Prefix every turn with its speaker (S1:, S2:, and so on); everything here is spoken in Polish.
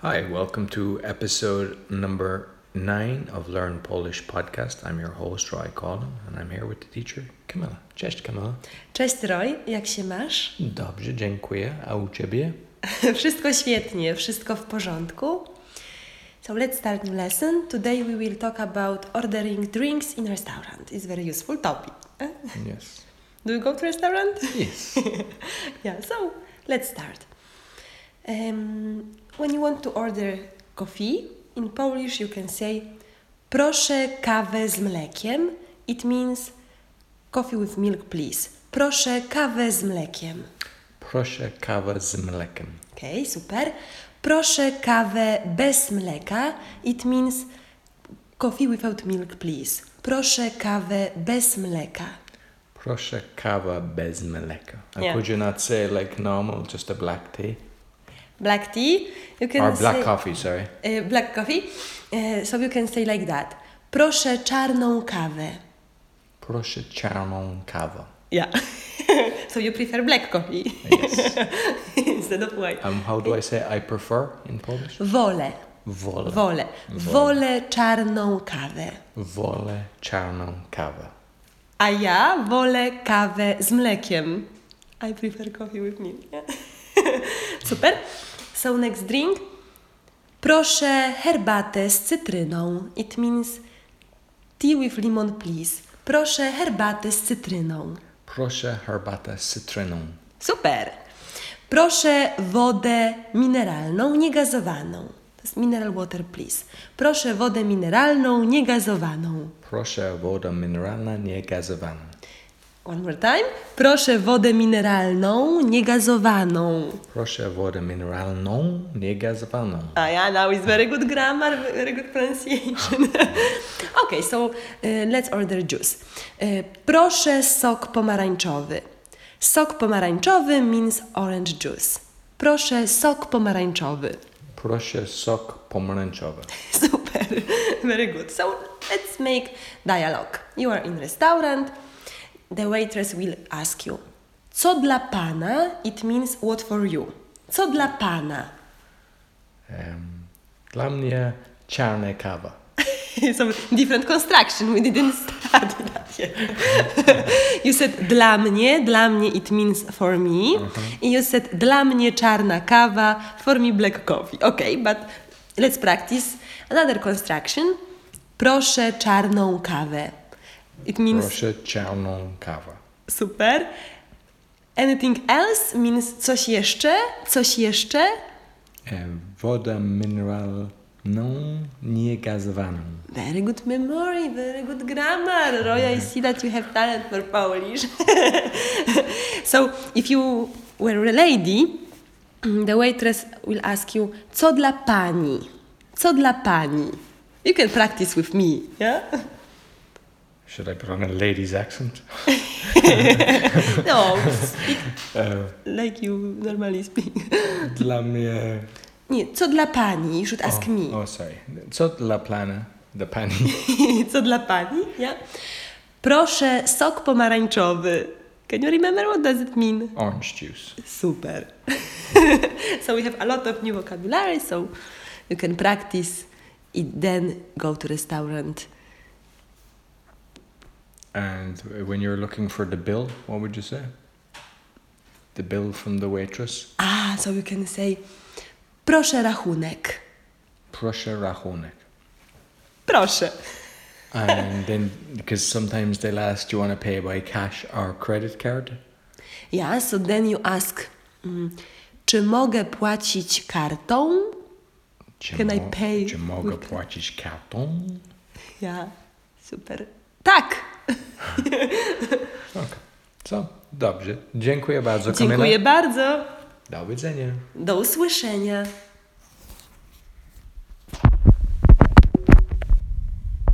S1: Hi, welcome to episode number nine of Learn Polish podcast. I'm your host Roy Collin, and I'm here with the teacher Kamila. Cześć Kamila.
S2: Cześć Roy, jak się masz?
S1: Dobrze, dziękuję. A u ciebie?
S2: wszystko świetnie, wszystko w porządku. So let's start new lesson. Today we will talk about ordering drinks in restaurant. It's very useful topic. Eh?
S1: Yes.
S2: Do you go to restaurant?
S1: Yes.
S2: yeah, so let's start. Um, when you want to order coffee, in Polish you can say proszę kawę z mlekiem. It means coffee with milk please. Proszę kawę z mlekiem.
S1: Proszę kawę z mlekiem.
S2: Okej, super. Proszę kawę bez mleka. It means coffee without milk, please. Proszę kawę bez mleka.
S1: Proszę kawę bez mleka. And
S2: Yeah.
S1: Could you not say like normal, just a black tea
S2: Black tea. You can
S1: or black
S2: say,
S1: coffee? Sorry.
S2: Eh, black coffee. Eh, so you can say like that. Proszę czarną kawę.
S1: Proszę czarną kawę.
S2: Yeah. so you prefer black coffee
S1: Yes.
S2: instead of white.
S1: um, how do I say I prefer in Polish?
S2: Wolę.
S1: Wolę.
S2: Wolę. Wolę czarną kawę.
S1: Wolę czarną kawę.
S2: A ja wolę kawę z mlekiem. I prefer coffee with milk. Super. So next drink. Proszę herbatę z cytryną. It means tea with lemon, please. Proszę herbatę z cytryną.
S1: Proszę herbatę z cytryną.
S2: Super. Proszę wodę mineralną, niegazowaną. To jest mineral water, please. Proszę wodę mineralną, niegazowaną.
S1: Proszę woda mineralna niegazowana.
S2: One more time. Proszę wodę mineralną, niegazowaną.
S1: Proszę wodę mineralną niegazowaną.
S2: A ja, now is very good grammar, very good pronunciation. okay, so uh, let's order juice. Uh, proszę sok pomarańczowy. Sok pomarańczowy means orange juice. Proszę sok pomarańczowy.
S1: Proszę sok pomarańczowy.
S2: Super, very good. So let's make dialogue. You are in restaurant. The waitress will ask you, co dla pana? It means what for you. Co dla pana?
S1: Em, dla mnie czarna kawa.
S2: Some different construction. We didn't study that yet. you said dla mnie, dla mnie it means for me. And you said dla mnie czarna kawa, for me black coffee. Okay, but let's practice another construction. Proszę czarną kawę. It means
S1: Proszę czarną kawę.
S2: super. Anything else means coś jeszcze, coś jeszcze.
S1: Em, wodę mineralną niegazowaną.
S2: Very good memory, very good grammar. Roy, I see that you have talent for Polish. so, if you were a lady, the waitress will ask you, co dla pani? Co dla pani? You can practice with me, yeah?
S1: Should I put on a lady's accent?
S2: No, speak
S1: Em,
S2: like you normally speak.
S1: E, dla mnie...
S2: Nie, co dla pani? You should ask me.
S1: Oh, sorry. Co dla plana? Dla pani.
S2: Co dla pani? Yeah? Proszę sok pomarańczowy. Can you remember what does it mean?
S1: Orange juice.
S2: Super. so we have a lot of new vocabulary, so you can practice it then go to restaurant.
S1: And when you're looking for the bill, what would you say? The bill from the waitress?
S2: Ah, so you can say proszę rachunek.
S1: Proszę rachunek.
S2: Proszę.
S1: And then, because sometimes they'll ask, do you want to pay by cash or credit card?
S2: Yeah, so then you ask mm, czy mogę płacić kartą?
S1: Czy
S2: Can I
S1: mo-
S2: pay
S1: Czy mogę
S2: with-
S1: płacić kartą?
S2: Yeah. Super. Tak.
S1: Okay. So, dobrze. Dziękuję bardzo, Kamila.
S2: Dziękuję bardzo.
S1: Do widzenia.
S2: Do usłyszenia.